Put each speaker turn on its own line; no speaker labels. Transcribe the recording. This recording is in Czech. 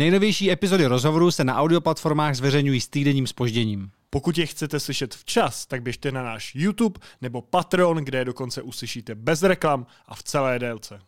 Nejnovější epizody rozhovoru se na audioplatformách zveřejňují s týdenním spožděním.
Pokud je chcete slyšet včas, tak běžte na náš YouTube nebo Patreon, kde je dokonce uslyšíte bez reklam a v celé délce.